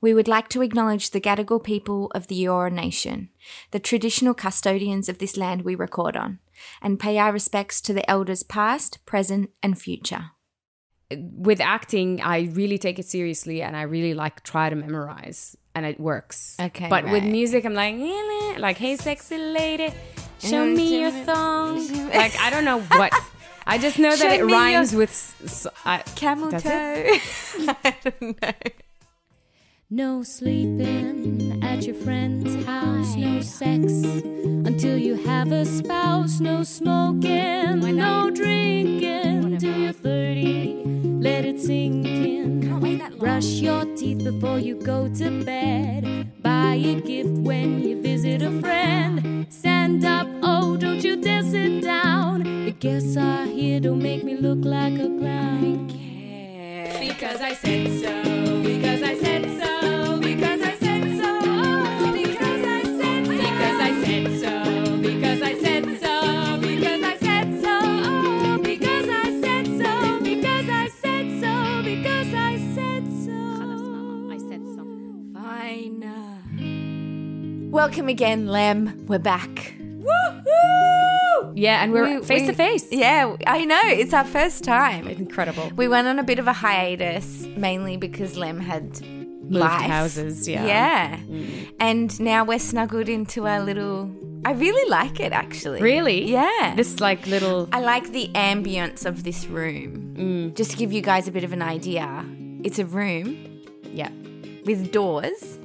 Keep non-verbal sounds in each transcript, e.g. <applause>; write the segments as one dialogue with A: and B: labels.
A: We would like to acknowledge the Gadigal people of the Eora Nation, the traditional custodians of this land we record on, and pay our respects to the elders past, present, and future.
B: With acting, I really take it seriously and I really like try to memorize and it works.
A: Okay,
B: But with
A: right.
B: music, I'm like, "Eh, eh," like, hey, sexy lady, show
A: Mm,
B: me your thong.
A: <laughs>
B: Like, I don't know what. I just know
A: Show
B: that it
A: me your-
B: rhymes with. s- s- I-
A: Camel
B: does it?
A: toe. I don't know.
C: No sleeping at your friend's house. No sex until you have a spouse. No smoking. No drinking. Till you're 30. Let it sink in.
A: Can't wait that long.
C: Brush your teeth before you go to bed. Buy a gift when you visit a friend. Stand up, oh, don't you dare sit down. The guests are here, don't make me look like a clown. Because I said so. Because I said so. Because I said so. Because I said so. Because I said so. Because I said so. Because I said so. Because I said so. Because I said so. Because I said so. I said so.
A: Fine. Welcome again, Lem. We're back.
B: yeah, and we're
A: We-
B: face to
A: we-
B: face.
A: Yeah, I know. It's our first time.
B: Incredible.
A: We went on a bit of a hiatus, mainly because Lem had life.
B: houses, yeah. Mm.
A: Yeah. And now we're snuggled into our little. I really like it, actually.
B: Really?
A: Yeah.
B: This, like, little.
A: I like the ambience of this room.
B: Mm.
A: Just to give you guys a bit of an idea, it's a room
B: Yeah.
A: with doors,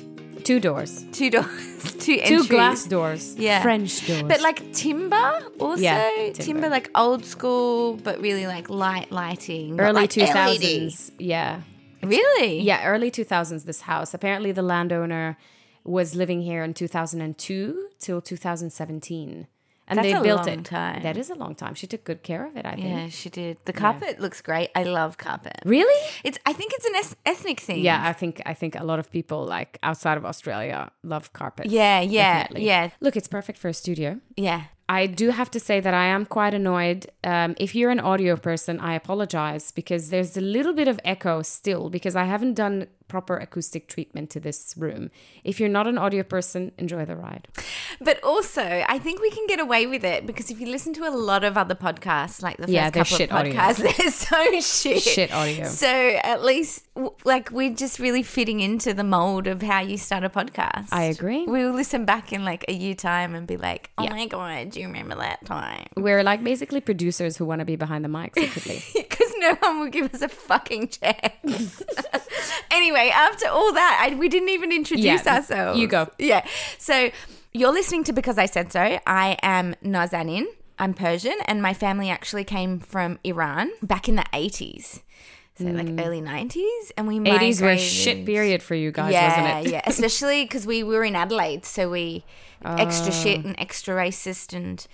B: Two doors.
A: two <laughs> doors, two
B: Two
A: entries.
B: glass doors.
A: Yeah.
B: French doors.
A: But like timber also.
B: Yeah,
A: timber.
B: timber.
A: like old school, but really like light lighting. not
B: early
A: like E
B: two thousands. Yeah.
A: LED. Really?
B: Yeah, early 2000s, this house. Apparently, the landowner was living here in 2002 till 2017. And
A: That's
B: they
A: a
B: built
A: long
B: it.
A: time.
B: That is a long time. She took good care of it, I think.
A: Yeah, she did. The carpet looks great. I love carpet.
B: Really?
A: It's. I think it's an es- ethnic thing.
B: Yeah, I think I think a lot of people like outside of Australia love carpets.
A: Yeah, yeah,
B: definitely.
A: yeah.
B: Look, it's perfect for a studio.
A: Yeah.
B: I do have to say that I am quite annoyed. Um, if you're an audio person, I apologize because there's a little bit of echo still because I haven't done proper acoustic treatment to this room. If you're not an audio person, enjoy the ride.
A: But also, I think we can get away with it because if you listen to a lot of other podcasts, like the first
B: Yeah, they're
A: couple
B: shit
A: of
B: audio.
A: podcasts, <laughs> they're so shit.
B: Shit audio.
A: So at least, w- like, we're just really fitting into the mold of how you start a podcast.
B: I agree.
A: We'll listen back in like a year time and be like, "Oh
B: Yeah.
A: my god, do you remember that time?"
B: We're like basically producers who want to be behind the mic
A: <laughs>
B: secretly.
A: Because no one will give us a fucking chance. <laughs> anyway, after all that, I, we didn't even introduce
B: Yeah,
A: ourselves.
B: you go.
A: Yeah. So you're listening to Because I Said So. I am Nazanin. I'm Persian, and my family actually came from Iran back in the 80s. So, like early 90s. And we
B: 80s Hmm. were a
A: migrated.
B: shit period for you guys,
A: yeah,
B: wasn't it?
A: yeah. Especially because we were in Adelaide, so we extra
B: Oh.
A: shit and extra racist and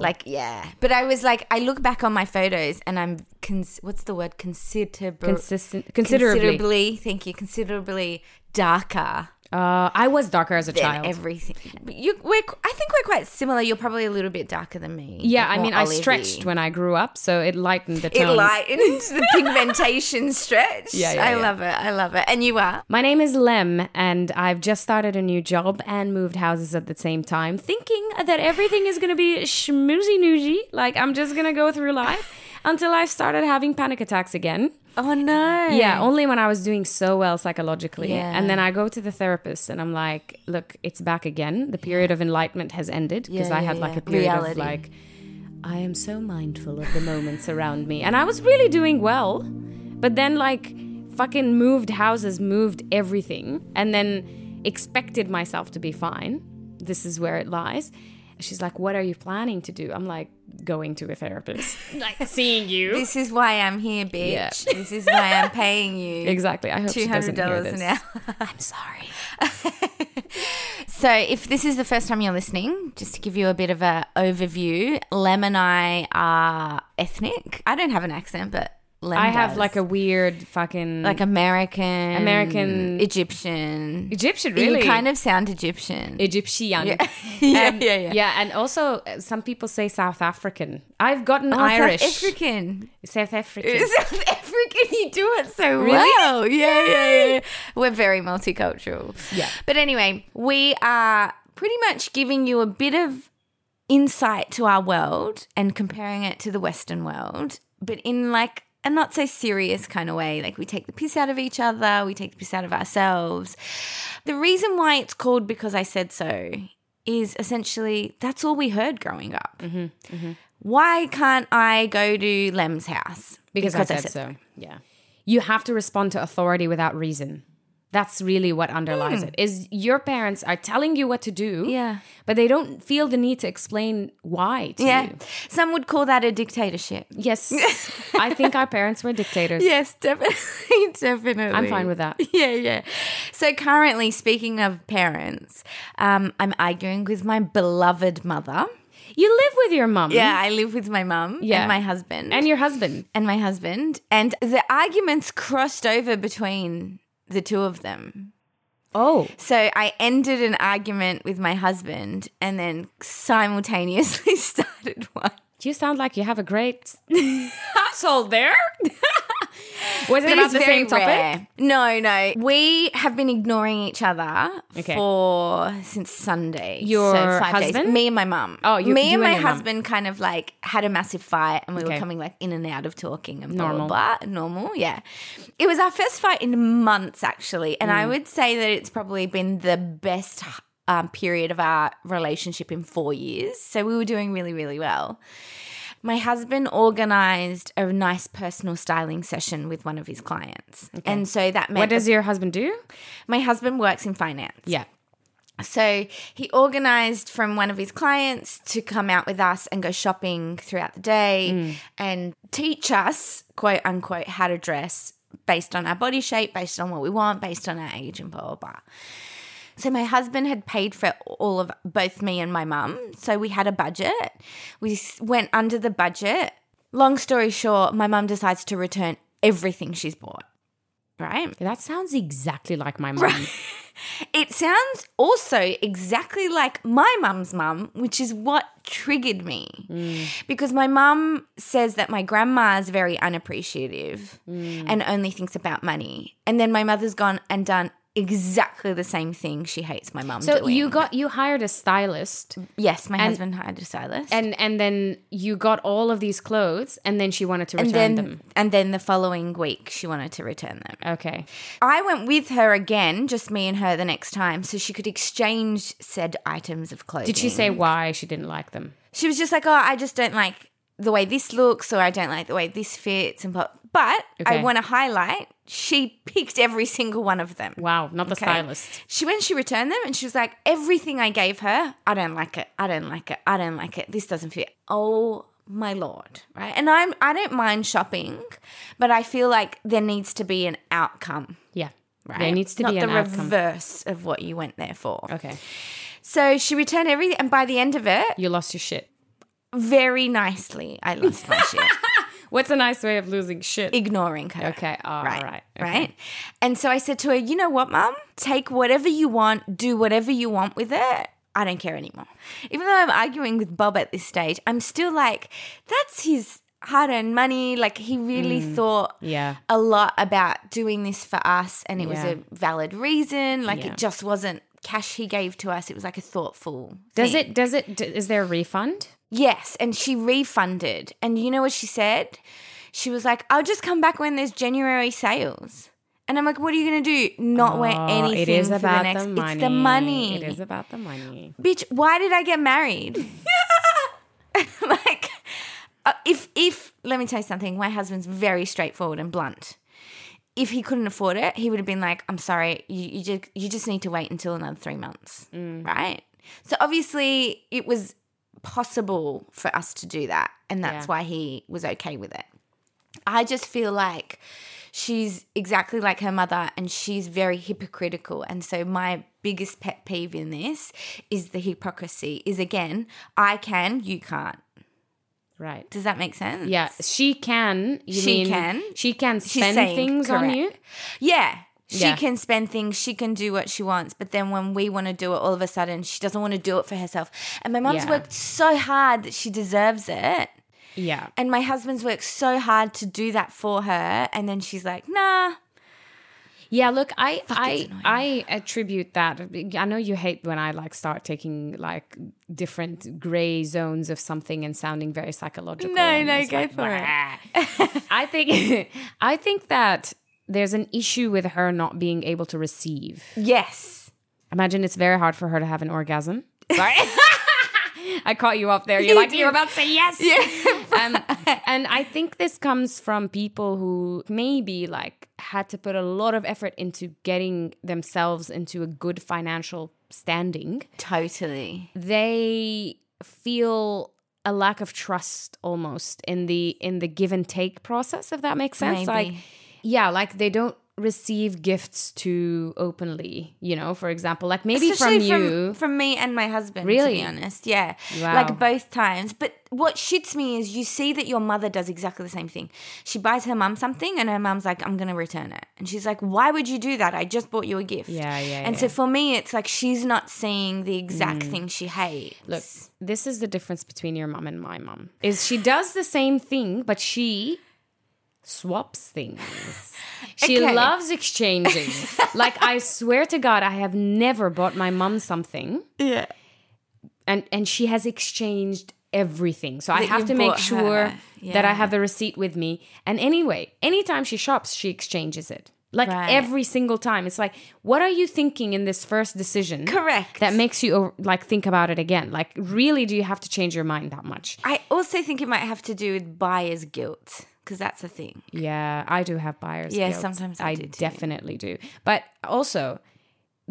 A: like yeah. But I was like, I look back on my photos and I'm cons- what's the word considerably
B: Consistent, considerably.
A: Thank you, considerably darker
B: Uh, I was darker as a
A: than
B: child.
A: everything. But you, we're qu- I think we're quite similar. You're probably a little bit darker than me.
B: yeah,
A: like
B: I
A: more
B: mean, I
A: olivey.
B: stretched when I grew up, so it lightened the
A: It
B: tone.
A: lightened the pigmentation stretch.
B: <laughs> Yeah, yeah,
A: I
B: yeah.
A: love it. I love it. And you are.
B: My name is Lem, and I've just started a new job and moved houses at the same time, thinking that everything is going to be schmoozy noozy. Like, I'm just going to go through life until I've started having panic attacks again.
A: Oh no.
B: Yeah, only when I was doing so well psychologically.
A: Yeah.
B: And then I go to the therapist and I'm like, look, it's back again. The period of enlightenment has ended because
A: Yeah,
B: I
A: yeah,
B: had like
A: yeah.
B: a period
A: Reality.
B: of like, I am so mindful of the moments around me. And I was really doing well. But then, like, fucking moved houses, moved everything, and then expected myself to be fine. This is where it lies. She's like, What are you planning to do? I'm like, Going to
A: <laughs>
B: a therapist, like <laughs> seeing you.
A: This is why I'm here, bitch.
B: <laughs> Yeah.
A: This is why I'm paying you.
B: <laughs> Exactly. I hope she
A: Two
B: doesn't
A: hundred
B: hear
A: dollars
B: this.
A: an hour. <laughs>
B: I'm sorry.
A: So, if this is the first time you're listening, just to give you a bit of a overview, Lem and I are ethnic. I don't have an accent, but lenders.
B: I have like a weird fucking
A: like American,
B: American-
A: Egyptian,
B: Egyptian, really.
A: You kind of sound Egyptian.
B: Egyptian.
A: Yeah. <laughs> Yeah,
B: Um,
A: yeah, yeah.
B: Yeah, and also uh, some people say South African. I've gotten
A: Oh,
B: Irish.
A: South African.
B: South
A: <laughs>
B: African.
A: South African, you do it so
B: Really?
A: well. Oh, Yeah, yeah, yeah. We're very multicultural.
B: Yeah.
A: But anyway, we are pretty much giving you a bit of insight to our world and comparing it to the Western world, but in like a not so serious kind of way. Like we take the piss out of each other, we take the piss out of ourselves. The reason why it's called Because I Said So is essentially that's all we heard growing up.
B: Mm-hmm,
A: Why can't I go to Lem's house?
B: because, I, said so. Yeah. You have to respond to authority without reason. That's really what underlies it. Is your parents are telling you what to do,
A: Hmm. Yeah.
B: but they don't feel the need to explain why to
A: Yeah.
B: you.
A: Some would call that a dictatorship. <laughs>
B: Yes, I think our parents were dictators.
A: Yes,
B: <laughs>
A: definitely. Definitely.
B: I'm fine
A: <laughs>
B: with that.
A: Yeah, yeah. So, currently, speaking of parents, um, I'm arguing with my beloved mother.
B: You live with your mum,
A: Yeah, I live with my mum
B: Yeah.
A: and my husband.
B: and your husband.
A: and my husband. And the arguments crossed over between the two of them.
B: Oh,
A: So I ended an argument with my husband and then simultaneously <laughs> started one.
B: you sound like you have a great
A: <laughs>
B: household there. <laughs> Was it
A: But
B: about
A: it's
B: the
A: very
B: same topic?
A: rare. No, no. We have been ignoring each other
B: Okay.
A: for since Sunday.
B: Your
A: so five Days.
B: husband?
A: Me and my mum.
B: Oh, you-
A: me
B: you
A: and my
B: and your mum.
A: husband kind of like had a massive fight, and we
B: Okay.
A: were coming like in and out of talking and blah,
B: Normal.
A: blah blah. Normal, yeah. It was our first fight in months actually, and
B: Mm.
A: I would say that it's probably been the best. Um, period of our relationship in four years. So we were doing really, really well. My husband organized a nice personal styling session with one of his clients. And so that meant
B: What does your husband do?
A: my husband works in finance.
B: Yeah.
A: So he organized from one of his clients to come out with us and go shopping throughout the day and teach us, quote unquote, how to dress based on our body shape, based on what we want, based on our age, and blah, blah, blah. So my husband had paid for all of both me and my mum. So we had a budget. We s- went under the budget. Long story short, my mum decides to return everything she's bought. Right?
B: That sounds exactly
A: <laughs>
B: like my mum.
A: It sounds also exactly like my mum's mum, which is what triggered me.
B: Mm.
A: Because my mum says that my grandma's very unappreciative
B: Mm.
A: and only thinks about money. And then my mother's gone and done exactly the same thing she hates my mum
B: So
A: doing.
B: you got you hired a stylist
A: Yes, my husband hired a stylist.
B: and and then you got all of these clothes and then she wanted to return
A: and then
B: them.
A: and then the following week she wanted to return them.
B: Okay.
A: I went with her again, just me and her the next time, so she could exchange said items of clothing.
B: Did she say why she didn't like them?
A: she was just like, "Oh, I just don't like the way this looks, or I don't like the way this fits." And pop. but
B: Okay.
A: I want to highlight she picked every single one of them.
B: Wow, not the
A: Okay.
B: stylist.
A: She when she returned them, and she was like, "Everything I gave her, I don't like it. I don't like it. I don't like it. This doesn't fit." Oh my lord, right? And I'm I don't mind shopping, but I feel like there needs to be an outcome.
B: Yeah.
A: Right?
B: There needs to
A: Not
B: be an
A: the
B: outcome.
A: reverse of what you went there for.
B: okay.
A: So she returned everything, and by the end of it,
B: You lost your shit.
A: very nicely, I lost my shit.
B: What's a nice way of losing shit?
A: ignoring her.
B: Okay, all
A: right.
B: right,
A: Right.
B: okay.
A: And so I said to her, you know what, mum? Take whatever you want, do whatever you want with it. I don't care anymore. Even though I'm arguing with Bob at this stage, I'm still like, that's his hard earned money. Like, he really thought
B: Mm. yeah.
A: a lot about doing this for us, and it was a
B: Yeah.
A: valid reason. Like,
B: Yeah.
A: it just wasn't cash he gave to us, it was like a thoughtful.
B: Does
A: thing.
B: it does it d- is there a refund?
A: Yes, and she refunded. And you know what she said? She was like, I'll just come back when there's January sales. And I'm like, what are you going to do? Not wear
B: Oh,
A: anything
B: it is
A: for
B: about
A: the next.
B: the money.
A: It's the money.
B: It is about the money.
A: Bitch, why did I get married? <laughs> like, uh, if if let me tell you something, my husband's very straightforward and blunt. If he couldn't afford it, he would have been like, "I'm sorry, you you just you just need to wait until another three months, right?" So obviously, it was possible for us to do that, and that's
B: Yeah.
A: why he was okay with it. I just feel like she's exactly like her mother and she's very hypocritical. And so my biggest pet peeve in this is the hypocrisy is again, I can, you can't.
B: Right.
A: Does that make sense?
B: Yeah, she can. You
A: She
B: mean
A: can.
B: She can
A: She's
B: spend
A: saying,
B: things on
A: correct.
B: you.
A: Yeah. She
B: Yeah.
A: can spend things, she can do what she wants, but then when we want to do it, all of a sudden she doesn't want to do it for herself. And my mum's
B: Yeah.
A: worked so hard that she deserves it.
B: Yeah.
A: And my husband's worked so hard to do that for her. And then she's like, nah.
B: Yeah, look, I
A: it's
B: I
A: annoying.
B: I attribute that. I know you hate when I like start taking like different gray zones of something and sounding very psychological.
A: No,
B: and
A: no,
B: it's
A: go
B: like,
A: for it.
B: "Wah." I think <laughs> I think that there's an issue with her not being able to receive.
A: Yes.
B: Imagine it's very hard for her to have an
A: <laughs>
B: orgasm. Sorry. <laughs> I caught you off there. You're
A: You
B: like,
A: did.
B: you're about to say yes. <laughs> um, and I think this comes from people who maybe like had to put a lot of effort into getting themselves into a good financial standing.
A: Totally.
B: They feel a lack of trust almost in the in the give and take process, if that makes sense. Like
A: Maybe.
B: yeah, like they don't receive gifts too openly, you know, for example. Like maybe
A: Especially
B: from
A: from,
B: you.
A: from me and my husband. to
B: Really?
A: be honest, yeah,
B: Wow.
A: like both times. But what shits me is you see that your mother does exactly the same thing. She buys her mum something, and her mum's like, "I'm gonna return it," and she's like, "Why would you do that? I just bought you a gift."
B: Yeah, yeah, Mm.
A: And so for me, it's like she's not seeing the exact thing she hates.
B: Look, this is the difference between your mom and my mom. Is she does the same thing, but she swaps things.
A: <laughs>
B: She
A: Okay.
B: loves exchanging. like I swear to God, I have never bought my mom something,
A: yeah,
B: and and she has exchanged everything. So I
A: That
B: have
A: you
B: to make
A: bought
B: sure
A: her.
B: that I
A: Yeah.
B: have the receipt with me. And anyway, anytime she shops, she exchanges it. Like
A: Right.
B: every single time, it's like, what are you thinking in this first decision?
A: correct.
B: that makes you over- like think about it again like really do you have to change your mind that much
A: I also think it might have to do with buyer's guilt because that's a thing.
B: yeah i do have buyers
A: Yeah,
B: guilt.
A: sometimes I do too.
B: definitely do but also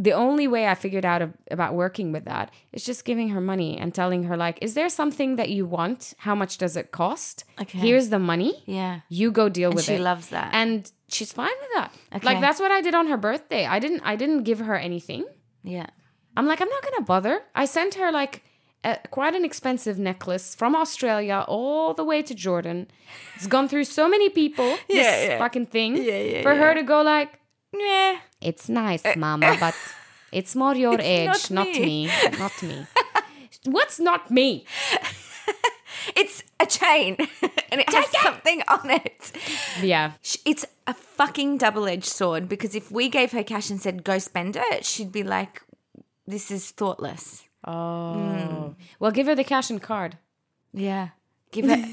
B: the only way i figured out ab- about working with that is just giving her money and telling her like is there something that you want how much does it cost
A: Okay.
B: here's the money
A: Yeah,
B: you go deal
A: and
B: with
A: she
B: it
A: loves that.
B: and she's fine with that like
A: Okay.
B: that's what i did on her birthday i didn't i didn't give her anything
A: yeah,
B: I'm like, I'm not gonna bother. I sent her like a, quite an expensive necklace from Australia all the way to Jordan. It's gone through so many people.
A: <laughs> Yeah,
B: this
A: yeah.
B: fucking thing.
A: Yeah, yeah,
B: for her to go like,
A: yeah.
B: it's nice, mama,
A: <laughs>
B: but it's more your age,
A: not
B: not
A: me."
B: me. not
A: <laughs>
B: me. What's not me?
A: It's a chain <laughs> and it has something on it.
B: Yeah,
A: Sh- It's a fucking double edged sword because if we gave her cash and said, go spend it, she'd be like, this is thoughtless. Oh.
B: Mm. well, give her the cash and card.
A: Yeah. Give her. <laughs>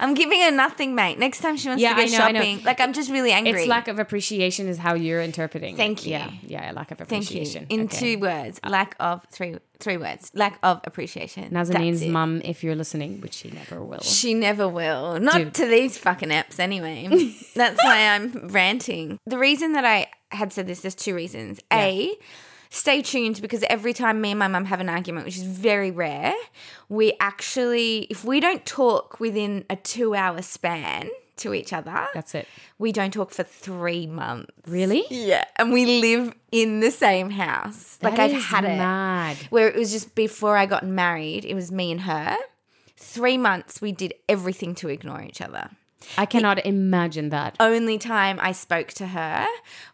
A: I'm giving her nothing, mate. Next time she wants
B: Yeah,
A: to go
B: I know, I know.
A: shopping, like I'm just really angry.
B: It's lack of appreciation is how you're interpreting. it.
A: Thank you.
B: Yeah, yeah, lack of
A: Thank you.
B: appreciation.
A: In
B: Okay.
A: two words, lack of three three words, lack of appreciation. That's
B: Nazanin's
A: it.
B: mum, if you're listening, which she never will.
A: She never will. Not
B: Dude.
A: to these fucking apps,
B: <laughs>
A: anyway. That's why I'm ranting. The reason that I had said this, there's two reasons. A, stay tuned because every time me and my mum have an argument, which is very rare, we actually, if we don't talk within a two hour span to each other,
B: That's it.
A: we don't talk for three months.
B: Really?
A: Yeah. And we live in the same house. like I've had it
B: Mad.
A: where it was just before I got married, it was me and her. Three months we did everything to ignore each other.
B: I cannot imagine that.
A: Only time I spoke to her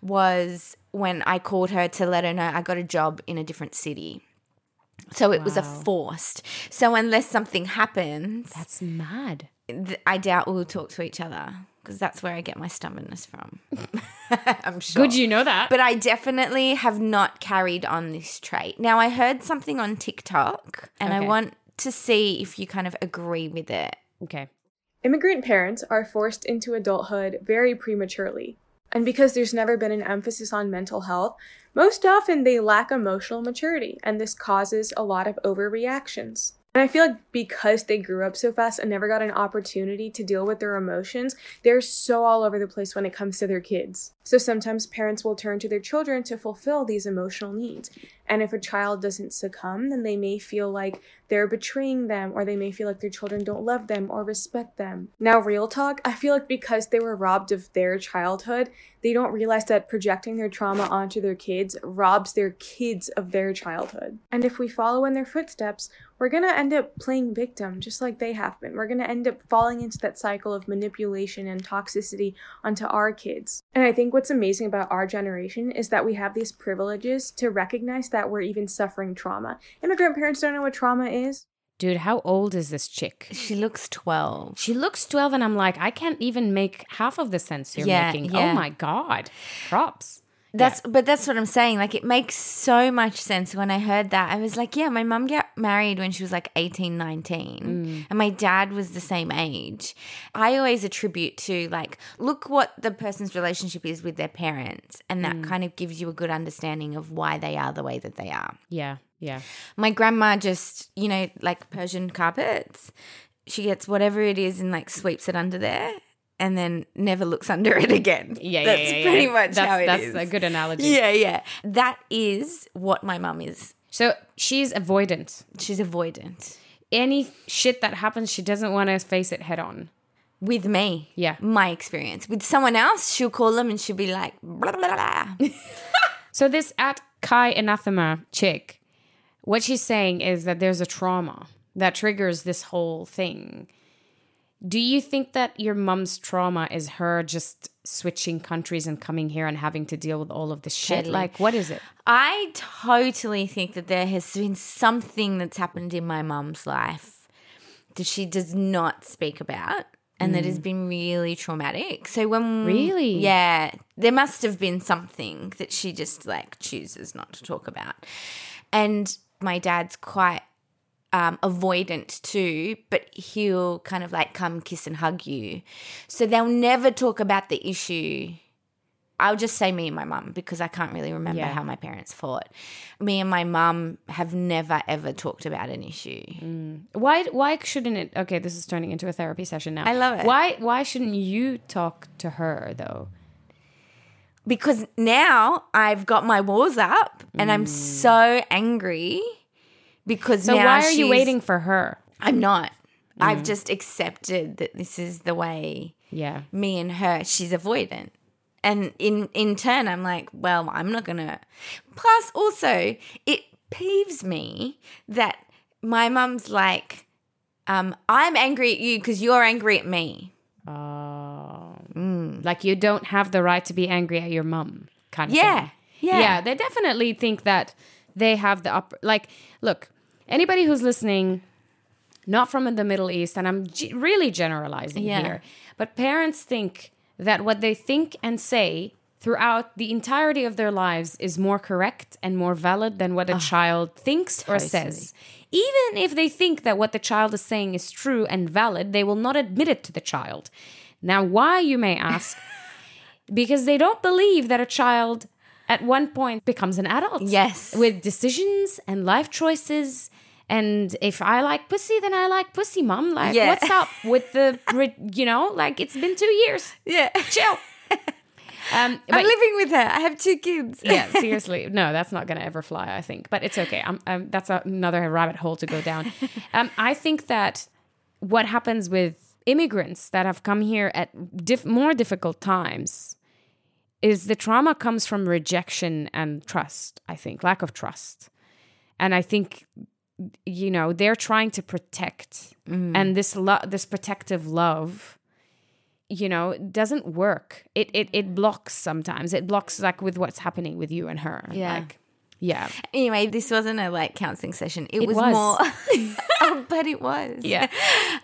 A: was when I called her to let her know I got a job in a different city. So it was a
B: Wow.
A: forced. So unless something happens,
B: That's mad.
A: th- I doubt we'll talk to each other because that's where I get my stubbornness from. <laughs> I'm sure.
B: Good, you know that.
A: But I definitely have not carried on this trait. Now, I heard something on TikTok and I
B: Okay.
A: want to see if you kind of agree with it.
B: okay.
D: Immigrant parents are forced into adulthood very prematurely. And because there's never been an emphasis on mental health, most often they lack emotional maturity, and this causes a lot of overreactions. And I feel like because they grew up so fast and never got an opportunity to deal with their emotions, they're so all over the place when it comes to their kids. So sometimes parents will turn to their children to fulfill these emotional needs. And if a child doesn't succumb, then they may feel like they're betraying them, or they may feel like their children don't love them or respect them. Now, real talk, I feel like because they were robbed of their childhood, they don't realize that projecting their trauma onto their kids robs their kids of their childhood. And if we follow in their footsteps, we're gonna end up playing victim just like they have been. We're gonna end up falling into that cycle of manipulation and toxicity onto our kids. And I think what's amazing about our generation is that we have these privileges to recognize that we're even suffering trauma. Immigrant parents don't know what trauma is.
B: Dude, how old is this chick?
A: She looks 12.
B: She looks 12, and I'm like, I can't even make half of the sense you're
A: Yeah,
B: making.
A: yeah.
B: Oh my God. Props.
A: That's but that's what I'm saying. Like it makes so much sense when I heard that. I was like, yeah, my mum got married when she was like 18, 19, and my dad was the same age. I always attribute to like look what the person's relationship is with their parents and that kind of gives you a good understanding of why they are the way that they are.
B: Yeah. Yeah.
A: My grandma just, you know, like Persian carpets. She gets whatever it is and like sweeps it under there and then never looks under it again.
B: Yeah.
A: That's
B: yeah, yeah, yeah.
A: pretty much
B: that's,
A: how it is.
B: that's a good analogy.
A: Yeah, yeah. That is what my mum is.
B: So she's avoidant.
A: She's avoidant
B: Any shit that happens, she doesn't want to face it head on.
A: with me.
B: Yeah.
A: My experience. With someone else, she'll call them and she'll be like, blah, blah, blah, blah.
B: So this at Kai Anathema chick, what she's saying is that there's a trauma that triggers this whole thing. Do you think that your mum's trauma is her just switching countries and coming here and having to deal with all of this shit?
A: Totally.
B: Like, what is it?
A: I totally think that there has been something that's happened in my mum's life that she does not speak about and that has been really traumatic. So when
B: Really?
A: Yeah. There must have been something that she just like chooses not to talk about. And my dad's quite um, avoidant too, but he'll kind of like come kiss and hug you. So they'll never talk about the issue. I'll just say me and my mum because I can't really remember
B: Yeah.
A: how my parents fought. Me and my mum have never ever talked about an issue.
B: Mm. Why why shouldn't it Okay, this is turning into a therapy session now.
A: I love it.
B: Why why shouldn't you talk to her though?
A: because now I've got my walls up and I'm so angry because
B: Mm. So
A: now
B: why are you
A: she's-
B: waiting Mm. for her?
A: I'm not. I've just accepted that this is the way
B: Yeah.
A: me and her she's avoidant. And in in turn I'm like, well, I'm not going to Plus also, it peeves me that my mum's like um, I'm angry at you because you're angry at me.
B: Oh. Like you don't have the right to be angry at your mum, kind of
A: Yeah,
B: thing.
A: yeah.
B: Yeah, they definitely think that they have the upper. Like, look, anybody who's listening, not from the Middle East, and I'm g- really generalizing
A: Yeah.
B: here, but parents think that what they think and say throughout the entirety of their lives is more correct and more valid than
A: Ah,
B: what a child thinks or says. Even if they think that what the child is saying is true and valid, they will not admit it to the child. Now, why, you may ask, because they don't believe that a child at one point becomes an adult.
A: Yes.
B: With decisions and life choices. And if I like pussy, then I like pussy, mom. Like,
A: Yeah.
B: what's up with the, re- you know, like it's been two years.
A: Yeah. <laughs>
B: Chill. Um, but,
A: I'm living with her. I have two kids.
B: yeah, seriously. No, that's not going to ever fly, I think. But it's okay. I'm, i that's another rabbit hole to go down. Um, I think that what happens with immigrants that have come here at diff- more difficult times is the trauma comes from rejection and trust, I think, lack of trust. And I think you know, they're trying to protect and this love this protective love you know doesn't work. It it it blocks sometimes. It blocks like with what's happening with you and her.
A: Yeah.
B: Like yeah.
A: Anyway, this wasn't a like counseling session. It,
B: It
A: was,
B: was. <laughs>
A: more, <laughs> Oh, but it was.
B: Yeah.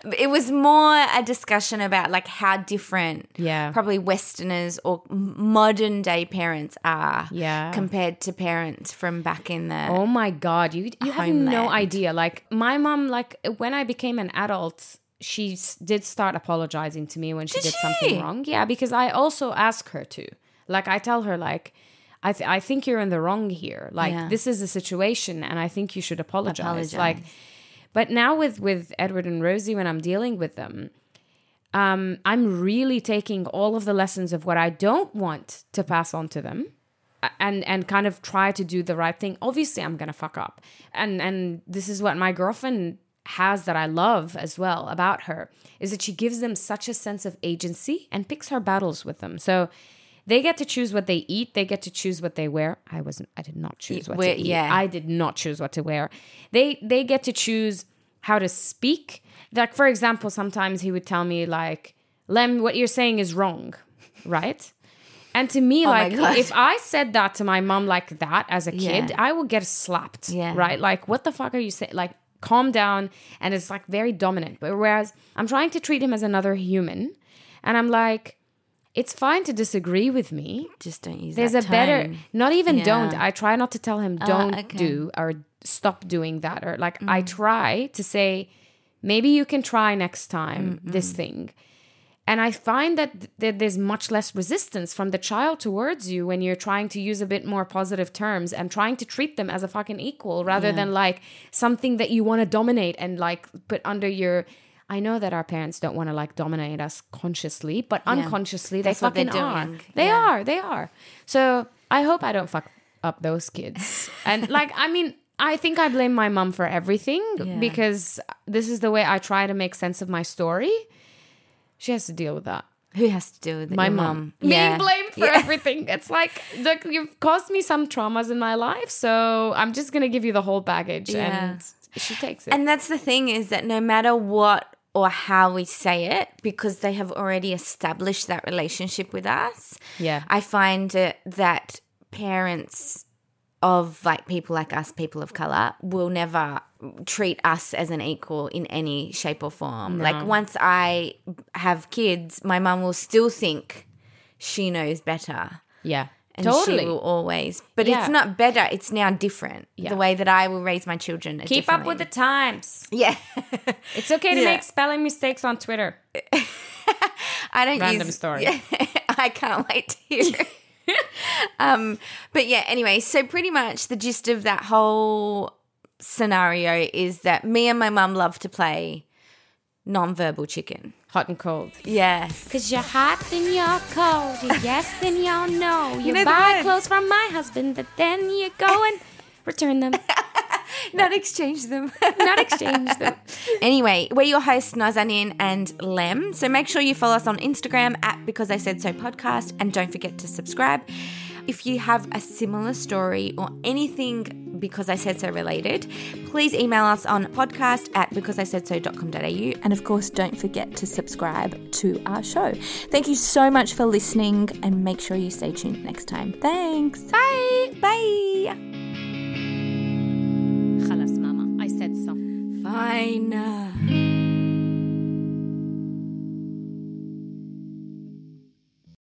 A: <laughs> It was more a discussion about like how different,
B: Yeah.
A: probably Westerners or m- modern day parents are,
B: Yeah.
A: compared to parents from back in the.
B: Oh my god, you you have no
A: Homeland.
B: idea. Like my mom, like when I became an adult, she s- did start apologizing to me when she did,
A: she?
B: something wrong. Yeah, because I also ask her to. Like I tell her, like I th- I think you're in the wrong here. Like
A: Yeah.
B: this is a situation, and I think you should apologize.
A: Apologize.
B: Like, but now with with Edward and Rosie, when I'm dealing with them, um, I'm really taking all of the lessons of what I don't want to pass on to them a- and and kind of try to do the right thing. Obviously, I'm gonna fuck up, and and this is what my girlfriend has that I love as well about her is that she gives them such a sense of agency and picks her battles with them. So they get to choose what they eat. They get to choose what they wear. I wasn't. I did not choose what
A: Wait,
B: to eat.
A: yeah.
B: I did not choose what to wear. They they get to choose how to speak. Like for example, sometimes he would tell me like, "Lem, what you're saying is wrong," <laughs> right? And to me,
A: Oh my
B: like
A: God.
B: if I said that to my mom like that as a
A: Yeah.
B: kid, I would get slapped.
A: Yeah.
B: Right? Like, what the fuck are you saying? Like, calm down. And it's like very dominant. But whereas I'm trying to treat him as another human, and I'm like, it's fine to disagree with me.
A: Just don't use
B: There's
A: that
B: a better,
A: tone.
B: not even
A: Yeah. Oh,
B: don't. I try not to tell him don't
A: okay. Mm.
B: do or stop doing that. Or like, I try to say, maybe you can try next time
A: Mm,
B: this thing. And I find that, th- that there's much less resistance from the child towards you when you're trying to use a bit more positive terms and trying to treat them as a fucking equal rather than like something that you want to dominate and like put under your. I know that our parents don't want to like dominate us consciously, but unconsciously they
A: That's what they're
B: fucking are.
A: doing.
B: They are. They are. So I hope I don't fuck up those
A: <laughs>
B: kids. and like, I mean, I think I blame my mom for everything because this is the way I try to make sense of my story. She has to deal with that.
A: Who has to do with it?
B: My
A: Your
B: mom.
A: Mm-hmm.
B: Being
A: Yeah.
B: blamed for everything. It's like, look, you've caused me some traumas in my life, so I'm just going to give you the whole baggage.
A: Yeah.
B: And she takes it.
A: And that's the thing is that no matter what or how we say it, because they have already established that relationship with us,
B: yeah.
A: I find uh, that parents of like people like us, people of color, will never treat us as an equal in any shape or form. Like once I have kids, my mum will still think she knows better.
B: yeah.
A: And
B: totally.
A: she will always. But
B: Yeah.
A: it's not better, it's now different.
B: Yeah.
A: The way that I will raise my children. are
B: Keep up with the
A: differently.
B: times.
A: Yeah. <laughs>
B: It's okay to
A: Yeah.
B: make spelling mistakes on Twitter.
A: I don't
B: Random
A: use-
B: story.
A: Yeah, <laughs> I can't wait to hear. it. um, but yeah, anyway, so pretty much the gist of that whole scenario is that me and my mum love to play non-verbal chicken.
B: Hot and cold.
A: <laughs> Yeah,
C: Cause you're hot, then you're cold. You're
A: <laughs>
C: yes, then you're no. You,
A: know the
C: buy
A: words.
C: clothes from my husband, but then you
A: <laughs>
C: go and return them,
A: not exchange them.
C: not exchange them.
A: Anyway, we're your hosts, Nazanin and Lem. So make sure you follow us on Instagram at Because I Said So Podcast and don't forget to subscribe. If you have a similar story or anything Because I Said So related, please email us on podcast at becauseIsaidso.com.au. And of course, don't forget to subscribe to our show. Thank you so much for listening and make sure you stay tuned next time. Thanks. <laughs> Bye. Bye.
C: Khalas, mama. I said so.
A: Fine.